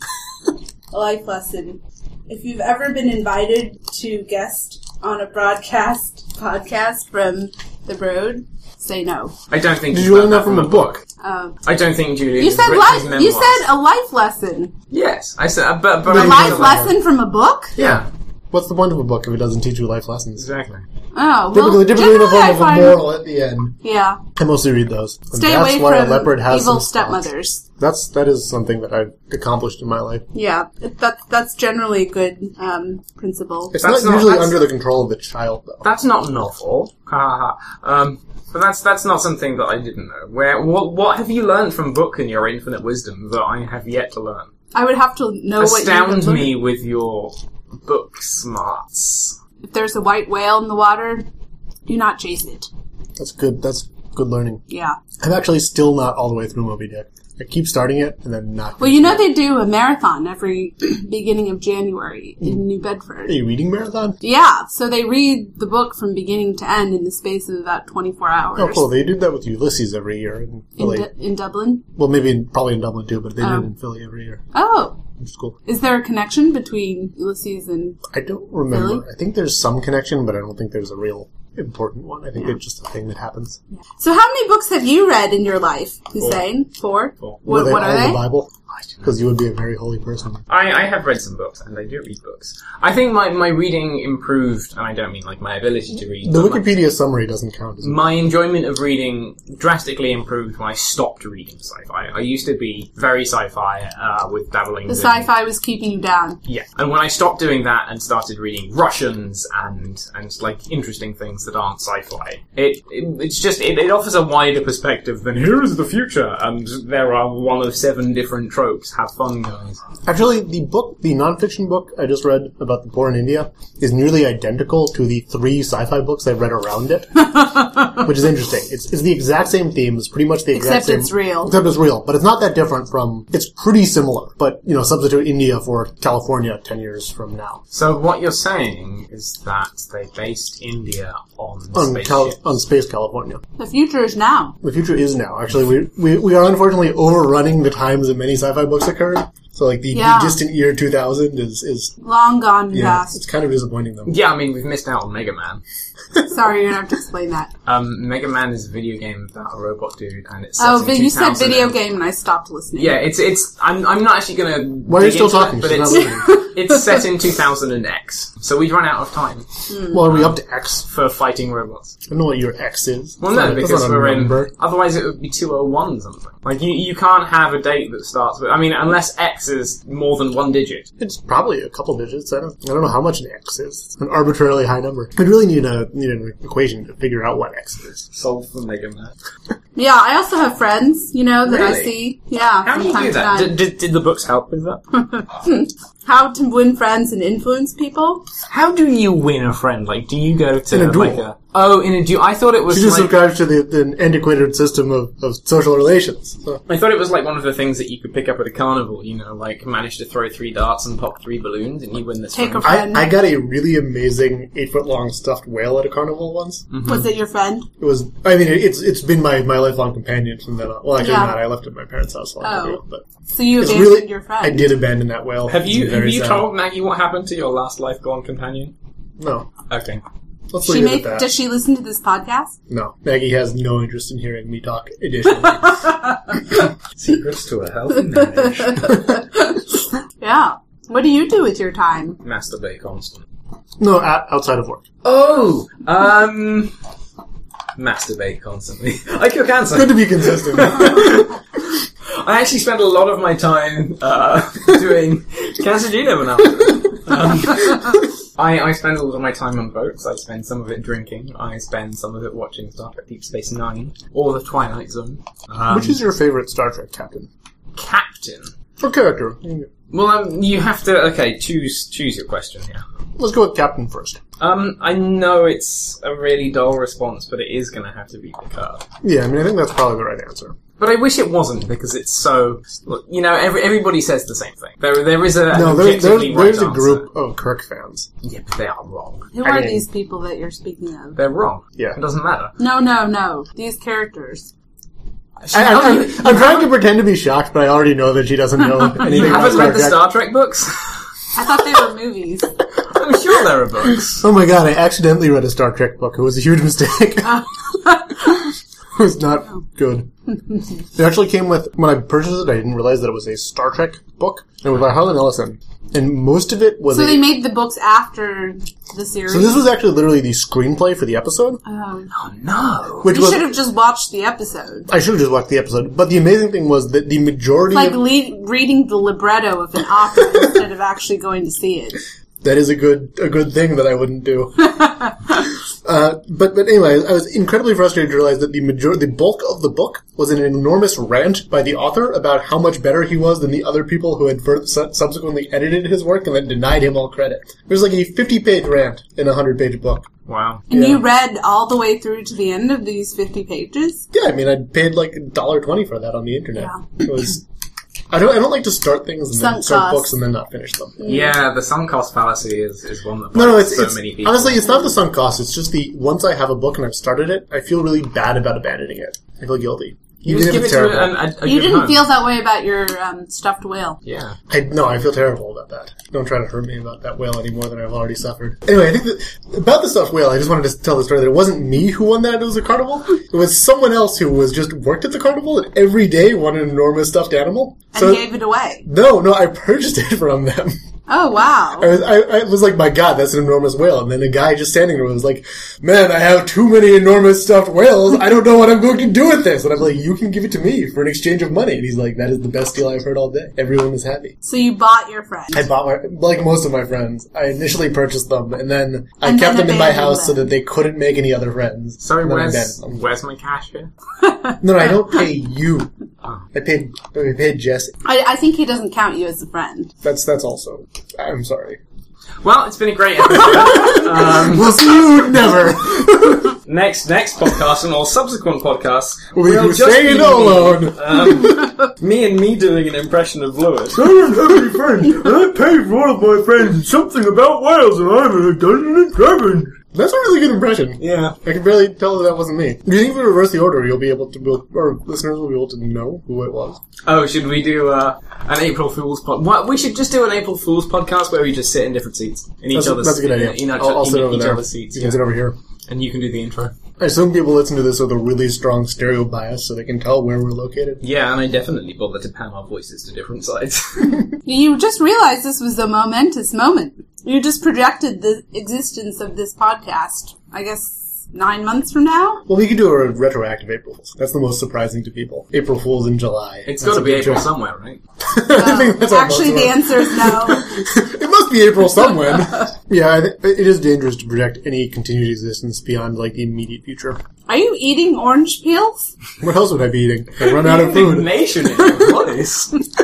[SPEAKER 3] A life lesson. If you've ever been invited to guest on a broadcast podcast from the road, say no.
[SPEAKER 1] I don't think
[SPEAKER 2] Did
[SPEAKER 1] you've
[SPEAKER 2] you learn that from a book?
[SPEAKER 3] Uh,
[SPEAKER 1] I don't think Julian.
[SPEAKER 3] you
[SPEAKER 1] has
[SPEAKER 3] said
[SPEAKER 1] written his
[SPEAKER 3] life. You
[SPEAKER 1] memoirs.
[SPEAKER 3] said a life lesson.
[SPEAKER 1] yes. I said, uh, but but
[SPEAKER 2] The
[SPEAKER 1] I
[SPEAKER 3] A
[SPEAKER 1] mean-
[SPEAKER 3] life
[SPEAKER 2] memoir.
[SPEAKER 3] lesson from a book?
[SPEAKER 1] Yeah,
[SPEAKER 2] What's the point of a book if it doesn't teach you life lessons?
[SPEAKER 1] exactly.
[SPEAKER 3] Oh, well,
[SPEAKER 2] Typically, typically in the
[SPEAKER 3] generally
[SPEAKER 2] form
[SPEAKER 3] I
[SPEAKER 2] of a
[SPEAKER 3] find-
[SPEAKER 2] moral at the end.
[SPEAKER 3] Yeah,
[SPEAKER 2] I mostly read those. And
[SPEAKER 3] stay
[SPEAKER 2] that's
[SPEAKER 3] away
[SPEAKER 2] why
[SPEAKER 3] from
[SPEAKER 2] a leopard has
[SPEAKER 3] evil
[SPEAKER 2] some spots.
[SPEAKER 3] stepmothers.
[SPEAKER 2] That's that is something that I've accomplished in my life.
[SPEAKER 3] Yeah, that, that's generally a good um, principle.
[SPEAKER 2] It's
[SPEAKER 1] That's
[SPEAKER 2] not,
[SPEAKER 1] not-
[SPEAKER 2] usually
[SPEAKER 1] that's-
[SPEAKER 2] under the control of the child, though.
[SPEAKER 1] That's not novel. Ha ha. ha. Um, but that's that's not something that I didn't know. Where what what have you learned from book and your infinite wisdom that I have yet to learn?
[SPEAKER 3] I would have to know what you would
[SPEAKER 1] Astound
[SPEAKER 3] look-
[SPEAKER 1] me with your book smarts.
[SPEAKER 3] If there's a white whale in the water, do not chase it.
[SPEAKER 2] That's good. That's good learning.
[SPEAKER 3] Yeah.
[SPEAKER 2] I'm actually still not all the way through Moby Dick. I keep starting it and then not.
[SPEAKER 3] Well, you know they do a marathon every beginning of January in New
[SPEAKER 2] Are
[SPEAKER 3] Bedford.
[SPEAKER 2] you reading marathon?
[SPEAKER 3] Yeah, so they read the book from beginning to end in the space of about 24 hours.
[SPEAKER 2] Oh, cool. They do that with Ulysses every year in
[SPEAKER 3] in,
[SPEAKER 2] Philly.
[SPEAKER 3] Du- in Dublin.
[SPEAKER 2] well, maybe in, probably in Dublin too, but they
[SPEAKER 3] Oh.
[SPEAKER 2] do it in Philly every year.
[SPEAKER 3] Oh,
[SPEAKER 2] It's cool.
[SPEAKER 3] is there a connection between Ulysses and
[SPEAKER 2] I don't remember.
[SPEAKER 3] Really?
[SPEAKER 2] I think there's some connection, but I don't think there's a real important one. I think it's just a thing that happens.
[SPEAKER 3] So how many books have you read in your life, Hussein? Four?
[SPEAKER 1] Four.
[SPEAKER 3] What,
[SPEAKER 2] Were they
[SPEAKER 3] what
[SPEAKER 2] all
[SPEAKER 3] are
[SPEAKER 2] in
[SPEAKER 3] they? Oh,
[SPEAKER 2] the Bible?
[SPEAKER 1] I don't know.
[SPEAKER 2] because you would be a very holy person.
[SPEAKER 1] I, I have read some books, and I do read books. I think my, my reading improved, and I don't mean like my ability to read.
[SPEAKER 2] The
[SPEAKER 1] but my-
[SPEAKER 2] Wikipedia summary doesn't count. As
[SPEAKER 1] my enjoyment of reading drastically improved when I stopped reading sci-fi. I used to be very sci-fi uh, with dabbling.
[SPEAKER 3] The
[SPEAKER 1] in-
[SPEAKER 3] sci-fi was keeping you down.
[SPEAKER 1] yeah, and when I stopped doing that and started reading Russians and and like interesting things that aren't sci-fi, it, it it's just it, it offers a wider perspective than here is the future and there are one of seven different tropes. Have fun, guys.
[SPEAKER 2] Actually, the book, the nonfiction book I just read about the poor in India, is nearly identical to the three sci-fi books I've read around it, which is interesting. It's, it's the exact same themes, pretty much the exact
[SPEAKER 3] Except
[SPEAKER 2] same.
[SPEAKER 3] it's real.
[SPEAKER 2] Except it's real, but it's not that different from. It's pretty similar, but you know, substitute India for California ten years from now
[SPEAKER 1] So what you're saying is that they based India on
[SPEAKER 2] on,
[SPEAKER 1] spaceships.
[SPEAKER 2] Cal- on space California.
[SPEAKER 3] The future is now.
[SPEAKER 2] The future is now. Actually, we, we we are unfortunately overrunning the times that many sci-fi books occurred. So, like the, the
[SPEAKER 3] Yeah.
[SPEAKER 2] distant year two thousand is is
[SPEAKER 3] Long gone
[SPEAKER 2] yeah,
[SPEAKER 3] past.
[SPEAKER 2] it's kind of disappointing though.
[SPEAKER 1] yeah, I mean we've missed out on Mega Man.
[SPEAKER 3] Sorry, you're gonna have to explain that.
[SPEAKER 1] Um, Mega Man is a video game about a robot dude, and it's
[SPEAKER 3] Oh,
[SPEAKER 1] but
[SPEAKER 3] but you said video game, and I stopped listening.
[SPEAKER 1] Yeah, it's it's. I'm I'm not actually gonna.
[SPEAKER 2] are you
[SPEAKER 1] dig into
[SPEAKER 2] still
[SPEAKER 1] it,
[SPEAKER 2] talking?
[SPEAKER 1] but
[SPEAKER 2] She's
[SPEAKER 1] it's
[SPEAKER 2] not
[SPEAKER 1] it's set in 2000 and X, so we've run out of time
[SPEAKER 3] Mm.
[SPEAKER 2] Well, are we up to X?
[SPEAKER 1] for fighting robots.
[SPEAKER 2] I don't know what your X is.
[SPEAKER 1] Well,
[SPEAKER 2] That's
[SPEAKER 1] no,
[SPEAKER 2] not- that's
[SPEAKER 1] because
[SPEAKER 2] not a
[SPEAKER 1] we're in.
[SPEAKER 2] number.
[SPEAKER 1] Otherwise, it would be 201 something. Like you, you can't have a date that starts with. I mean, unless X is more than one digit.
[SPEAKER 2] It's probably a couple digits. I don't, I don't know how much an X is. It's an arbitrarily high number. We really need a need an equation to figure out what X is.
[SPEAKER 1] Solve for Mega Man.
[SPEAKER 3] Yeah, I also have friends, you know, that I
[SPEAKER 1] Really?
[SPEAKER 3] see. Yeah,
[SPEAKER 1] How do
[SPEAKER 3] from
[SPEAKER 1] you
[SPEAKER 3] time
[SPEAKER 1] do
[SPEAKER 3] to
[SPEAKER 1] that?
[SPEAKER 3] time.
[SPEAKER 1] Did, did, did the books help with that?
[SPEAKER 3] How to win friends and influence people?
[SPEAKER 1] How do you win a friend? Like, do you go to
[SPEAKER 2] In a
[SPEAKER 1] like
[SPEAKER 2] duel.
[SPEAKER 1] a oh in a duel? I thought it was
[SPEAKER 2] She just
[SPEAKER 1] like-
[SPEAKER 2] subscribes to the, the antiquated system of, of social relations. So,
[SPEAKER 1] I thought it was like one of the things that you could pick up at a carnival, you know, like manage to throw three darts and pop three balloons and you win this
[SPEAKER 3] Take
[SPEAKER 1] round.
[SPEAKER 3] a-
[SPEAKER 2] I, I got a really amazing eight foot long stuffed whale at a carnival once.
[SPEAKER 1] Hmm.
[SPEAKER 3] Was it your friend?
[SPEAKER 2] It was. I mean, it's it's been my, my lifelong companion from then on. Well, actually,
[SPEAKER 3] Yeah.
[SPEAKER 2] not. I left it at my parents' house a long time
[SPEAKER 3] Oh.
[SPEAKER 2] ago, but
[SPEAKER 3] So you
[SPEAKER 2] it's
[SPEAKER 3] abandoned
[SPEAKER 2] really.
[SPEAKER 3] your
[SPEAKER 2] I
[SPEAKER 3] friend.
[SPEAKER 2] did abandon that whale.
[SPEAKER 1] Have
[SPEAKER 2] It's
[SPEAKER 1] you have
[SPEAKER 2] very
[SPEAKER 1] you
[SPEAKER 2] sad.
[SPEAKER 1] told Maggie what happened to your last life gone companion?
[SPEAKER 2] No.
[SPEAKER 1] Okay.
[SPEAKER 2] Let's
[SPEAKER 3] She
[SPEAKER 2] leave it
[SPEAKER 3] made,
[SPEAKER 2] at that.
[SPEAKER 3] does she listen to this podcast?
[SPEAKER 2] No, Maggie has no interest in hearing me talk additionally.
[SPEAKER 1] Secrets to a healthy marriage.
[SPEAKER 3] Yeah. What do you do with your time?
[SPEAKER 1] Masturbate constant.
[SPEAKER 2] no, out, outside of work.
[SPEAKER 1] Oh um Masturbate constantly. I cure cancer.
[SPEAKER 2] Good to be consistent.
[SPEAKER 1] I actually spend a lot of my time uh, doing cancer genome analysis. Um, I, I spend a lot of my time on boats. I spend some of it drinking. I spend some of it watching Star Trek Deep Space Nine or The Twilight Zone. Um,
[SPEAKER 2] Which is your favorite Star Trek captain
[SPEAKER 1] Captain?
[SPEAKER 2] or character?
[SPEAKER 1] Well, um, you have to okay choose choose your question here.
[SPEAKER 2] Let's go with captain first.
[SPEAKER 1] Um, I know it's a really dull response, but it is going to have to be Picard.
[SPEAKER 2] Yeah, I mean, I think that's probably the right answer.
[SPEAKER 1] But I wish it wasn't because it's so. Look, you know, every, everybody says the same thing. There, there is a
[SPEAKER 2] No,
[SPEAKER 1] an
[SPEAKER 2] there's there's,
[SPEAKER 1] objectively
[SPEAKER 2] there's
[SPEAKER 1] right
[SPEAKER 2] a group of Kirk fans.
[SPEAKER 1] Answer. Yeah, but they are wrong.
[SPEAKER 3] Who
[SPEAKER 2] I
[SPEAKER 3] are
[SPEAKER 2] mean-
[SPEAKER 3] these people that you're speaking of?
[SPEAKER 1] They're wrong.
[SPEAKER 2] Yeah.
[SPEAKER 1] It doesn't matter.
[SPEAKER 3] No, no, no. These characters.
[SPEAKER 2] I, I, am trying to pretend to be shocked, but I already know that she doesn't know anything
[SPEAKER 1] You
[SPEAKER 2] about
[SPEAKER 1] haven't
[SPEAKER 2] Star
[SPEAKER 1] read the
[SPEAKER 2] Trek.
[SPEAKER 1] Star Trek books?
[SPEAKER 3] I thought they were movies.
[SPEAKER 1] I'm sure there are books.
[SPEAKER 2] Oh my god, I accidentally read a Star Trek book. It was a huge mistake. it
[SPEAKER 3] Oh.
[SPEAKER 2] was not good. It actually came with, when I purchased it, I didn't realize that it was a Star Trek book. It was by Harlan Ellison. And most of it was
[SPEAKER 3] So
[SPEAKER 2] a.
[SPEAKER 3] they made the books after the series.
[SPEAKER 2] so this was actually literally the screenplay for the episode,
[SPEAKER 3] Um,
[SPEAKER 1] Oh no.
[SPEAKER 2] which
[SPEAKER 3] you
[SPEAKER 2] was.
[SPEAKER 3] should have just watched the episode.
[SPEAKER 2] I should have just watched the episode. But the amazing thing was that the majority
[SPEAKER 3] Like
[SPEAKER 2] of.
[SPEAKER 3] le- reading the libretto of an opera instead of actually going to see it.
[SPEAKER 2] that is a good a good thing that I wouldn't do. uh, but but anyway, I was incredibly frustrated to realize that the major the bulk of the book was an enormous rant by the author about how much better he was than the other people who had fur- su- subsequently edited his work and then denied him all credit. It was like a fifty page rant in a hundred page book.
[SPEAKER 1] Wow.
[SPEAKER 3] And
[SPEAKER 2] Yeah.
[SPEAKER 3] you read all the way through to the end of these 50 pages?
[SPEAKER 2] Yeah, I mean, I paid like a dollar twenty for that on the internet.
[SPEAKER 3] Yeah.
[SPEAKER 2] It was. I don't. I don't like to start things and then
[SPEAKER 3] Sunk
[SPEAKER 2] start
[SPEAKER 3] cost.
[SPEAKER 2] books and then not finish them.
[SPEAKER 1] Yeah, the sunk cost fallacy is, is one that
[SPEAKER 2] No, no,
[SPEAKER 1] bites
[SPEAKER 2] it's,
[SPEAKER 1] so
[SPEAKER 2] it's
[SPEAKER 1] many people.
[SPEAKER 2] honestly, it's not the sunk cost. It's just the once I have a book and I've started it, I feel really bad about abandoning it. I feel guilty.
[SPEAKER 1] You
[SPEAKER 2] Even
[SPEAKER 1] just
[SPEAKER 2] if
[SPEAKER 1] give it
[SPEAKER 2] it's
[SPEAKER 1] to
[SPEAKER 2] terrible.
[SPEAKER 1] a, a, a
[SPEAKER 3] You
[SPEAKER 1] good
[SPEAKER 3] didn't
[SPEAKER 1] home.
[SPEAKER 3] feel that way about your um, stuffed whale.
[SPEAKER 1] Yeah.
[SPEAKER 2] I no, I feel terrible about that. Don't try to hurt me about that whale any more than I've already suffered. Anyway, I think that, about the stuffed whale. I just wanted to tell the story that it wasn't me who won that. It was a carnival. It was someone else who was just worked at the carnival and every day won an enormous stuffed animal.
[SPEAKER 3] And
[SPEAKER 2] So
[SPEAKER 3] gave it away.
[SPEAKER 2] no, no, I purchased it from them.
[SPEAKER 3] Oh wow!
[SPEAKER 2] I was, I, I was like, my God, that's an enormous whale. And then a guy just standing there was like, man, I have too many enormous stuffed whales. I don't know what I'm going to do with this. And I'm like, you can give it to me for an exchange of money. And he's like, that is the best deal I've heard all day. Everyone is happy.
[SPEAKER 3] So you bought your friend.
[SPEAKER 2] I bought my, like most of my friends, I initially purchased them and then I
[SPEAKER 3] And
[SPEAKER 2] kept
[SPEAKER 3] then
[SPEAKER 2] them in my
[SPEAKER 3] abandoned
[SPEAKER 2] house so
[SPEAKER 3] them.
[SPEAKER 2] that they couldn't make any other friends.
[SPEAKER 1] Sorry,
[SPEAKER 2] And then I
[SPEAKER 1] where's
[SPEAKER 2] abandoned
[SPEAKER 1] where's my cash here?
[SPEAKER 2] them. No, no, I don't pay you.
[SPEAKER 1] Ah.
[SPEAKER 2] I paid, I paid Jesse.
[SPEAKER 3] I, I think he doesn't count you as a friend.
[SPEAKER 2] That's, that's also, I'm sorry.
[SPEAKER 1] Well, it's been a great episode. um,
[SPEAKER 2] We'll see you never.
[SPEAKER 1] next next podcast and all subsequent podcasts,
[SPEAKER 2] We
[SPEAKER 1] will
[SPEAKER 2] were
[SPEAKER 1] just
[SPEAKER 2] staying
[SPEAKER 1] be
[SPEAKER 2] alone.
[SPEAKER 1] Um, me and me doing an impression of Lewis.
[SPEAKER 2] I don't have any friends, and I paid one of my friends something about whales, and I'm an adult dragon. That's a really good impression.
[SPEAKER 1] Yeah.
[SPEAKER 2] I can barely tell that that wasn't me. Do you think if we reverse the order, you'll be able to, we'll- or listeners will be able to know who it was?
[SPEAKER 1] Oh, should we do uh, an April Fools pod? What, we should just do an April Fools podcast where we just sit in different seats in each
[SPEAKER 2] That's,
[SPEAKER 1] other's
[SPEAKER 2] that's a good idea.
[SPEAKER 1] in, in each,
[SPEAKER 2] I'll, I'll sit
[SPEAKER 1] in
[SPEAKER 2] over
[SPEAKER 1] each
[SPEAKER 2] there.
[SPEAKER 1] other's seats,
[SPEAKER 2] You
[SPEAKER 1] yeah.
[SPEAKER 2] can sit over here.
[SPEAKER 1] and you can do the intro.
[SPEAKER 2] I assume people listen to this with a really strong stereo bias, so they can tell where we're located.
[SPEAKER 1] Yeah, and I definitely bother to pan our voices to different sides.
[SPEAKER 3] You just realized this was a momentous moment. You just projected the existence of this podcast. I guess nine months from now.
[SPEAKER 2] Well, we could do a retroactive April Fools. That's the most surprising to people. April Fools in July.
[SPEAKER 1] it's got
[SPEAKER 2] That's
[SPEAKER 1] to
[SPEAKER 2] a
[SPEAKER 1] be
[SPEAKER 2] good
[SPEAKER 1] April
[SPEAKER 2] joke.
[SPEAKER 1] somewhere, right?
[SPEAKER 2] I think that's our
[SPEAKER 3] Actually,
[SPEAKER 2] most
[SPEAKER 3] the answer is no.
[SPEAKER 2] it must be April somewhere. yeah, I thi- it is dangerous to project any continued existence beyond like the immediate future.
[SPEAKER 3] Are you eating orange peels?
[SPEAKER 2] What else would I be eating? I run out of food.
[SPEAKER 1] Nation, what is?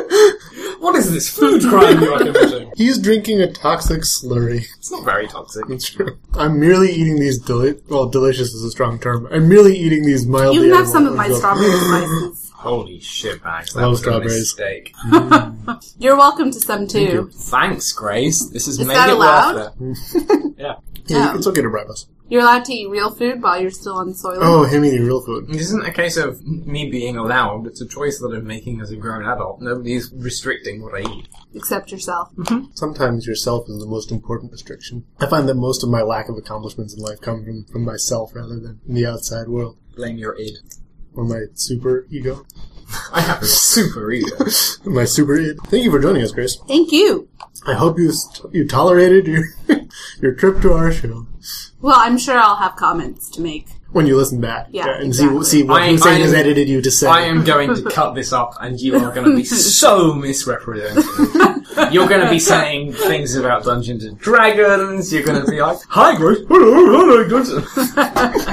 [SPEAKER 1] What is this food crime you are committing?
[SPEAKER 2] He's drinking a toxic slurry.
[SPEAKER 1] It's not very toxic.
[SPEAKER 2] It's true. I'm merely eating these deli- well, delicious is a strong term. I'm merely eating these mildly.
[SPEAKER 3] You can have
[SPEAKER 2] edible
[SPEAKER 3] some of my
[SPEAKER 2] orange-
[SPEAKER 3] strawberry slices.
[SPEAKER 1] Holy shit, Max! That
[SPEAKER 2] Love
[SPEAKER 1] was a
[SPEAKER 2] strawberries.
[SPEAKER 1] mistake.
[SPEAKER 2] Mm.
[SPEAKER 3] You're welcome to some too.
[SPEAKER 1] Thanks, Grace. This has
[SPEAKER 3] Is
[SPEAKER 1] made
[SPEAKER 3] that
[SPEAKER 1] it
[SPEAKER 3] allowed?
[SPEAKER 1] worth it. yeah.
[SPEAKER 2] Yeah,
[SPEAKER 3] Oh.
[SPEAKER 2] it's okay to bribe us.
[SPEAKER 3] You're allowed to eat real food while you're still on soil.
[SPEAKER 2] Oh, him eating real food.
[SPEAKER 1] It isn't a case of me being allowed. It's a choice that I'm making as a grown adult. Nobody's restricting what I eat.
[SPEAKER 3] Except yourself.
[SPEAKER 2] Sometimes yourself is the most important restriction. I find that most of my lack of accomplishments in life come from, from myself rather than the outside world
[SPEAKER 1] Blame your id.
[SPEAKER 2] or my super ego.
[SPEAKER 1] I have a super ego.
[SPEAKER 2] My super id. Thank you for joining us, Grace.
[SPEAKER 3] Thank you.
[SPEAKER 2] I hope you st- you tolerated your your trip to our show
[SPEAKER 3] Well, I'm sure I'll have comments to make.
[SPEAKER 2] when you listen back.
[SPEAKER 3] Yeah,
[SPEAKER 2] and
[SPEAKER 3] exactly.
[SPEAKER 2] see see what
[SPEAKER 1] I-
[SPEAKER 2] I'm saying
[SPEAKER 1] I-
[SPEAKER 2] has edited you to say.
[SPEAKER 1] I am going to cut this up, and you are going to be so misrepresented. You're going to be saying things about Dungeons and Dragons. You're going to be like, "Hi, Grace." Hello, hello, Dungeons."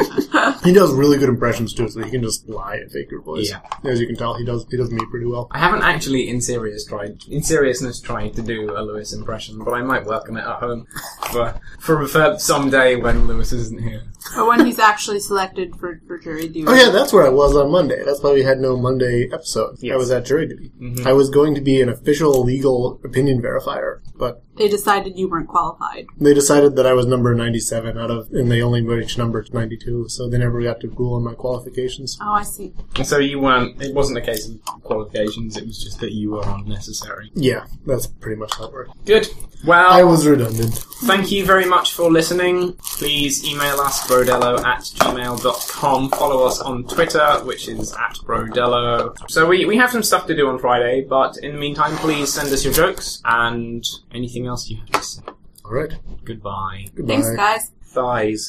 [SPEAKER 2] He does really good impressions too, so he can just lie and fake your voice.
[SPEAKER 1] Yeah.
[SPEAKER 2] as you can tell, he does he does me pretty well.
[SPEAKER 1] I haven't actually, in serious tried, in seriousness, tried to do a Lewis impression, but I might work on it at home for for, for someday when Lewis isn't here.
[SPEAKER 3] Or when he's actually selected for, for jury duty.
[SPEAKER 2] Oh yeah, that's where I was on Monday. That's why we had no Monday episode.
[SPEAKER 1] Yes.
[SPEAKER 2] I
[SPEAKER 1] Mm-hmm.
[SPEAKER 2] was at jury duty. I was going to be an official legal opinion verifier, but
[SPEAKER 3] They decided you weren't qualified.
[SPEAKER 2] they decided that I was number ninety-seven out of, and they only reached number ninety-two, so they never got to rule on my qualifications.
[SPEAKER 3] Oh, I see.
[SPEAKER 1] So you weren't. It wasn't a case of qualifications. It was just that you were unnecessary.
[SPEAKER 2] Yeah, that's pretty much how it worked.
[SPEAKER 1] Good. Well,
[SPEAKER 2] I was redundant.
[SPEAKER 1] thank you very much for listening. Please email us brodello at gmail.com. Follow us on Twitter, which is at brodello. So we, we have some stuff to do on Friday, but in the meantime, please send us your jokes and anything else you have to say.
[SPEAKER 2] All right.
[SPEAKER 1] Goodbye.
[SPEAKER 2] Goodbye.
[SPEAKER 3] Thanks, guys.
[SPEAKER 1] Thighs.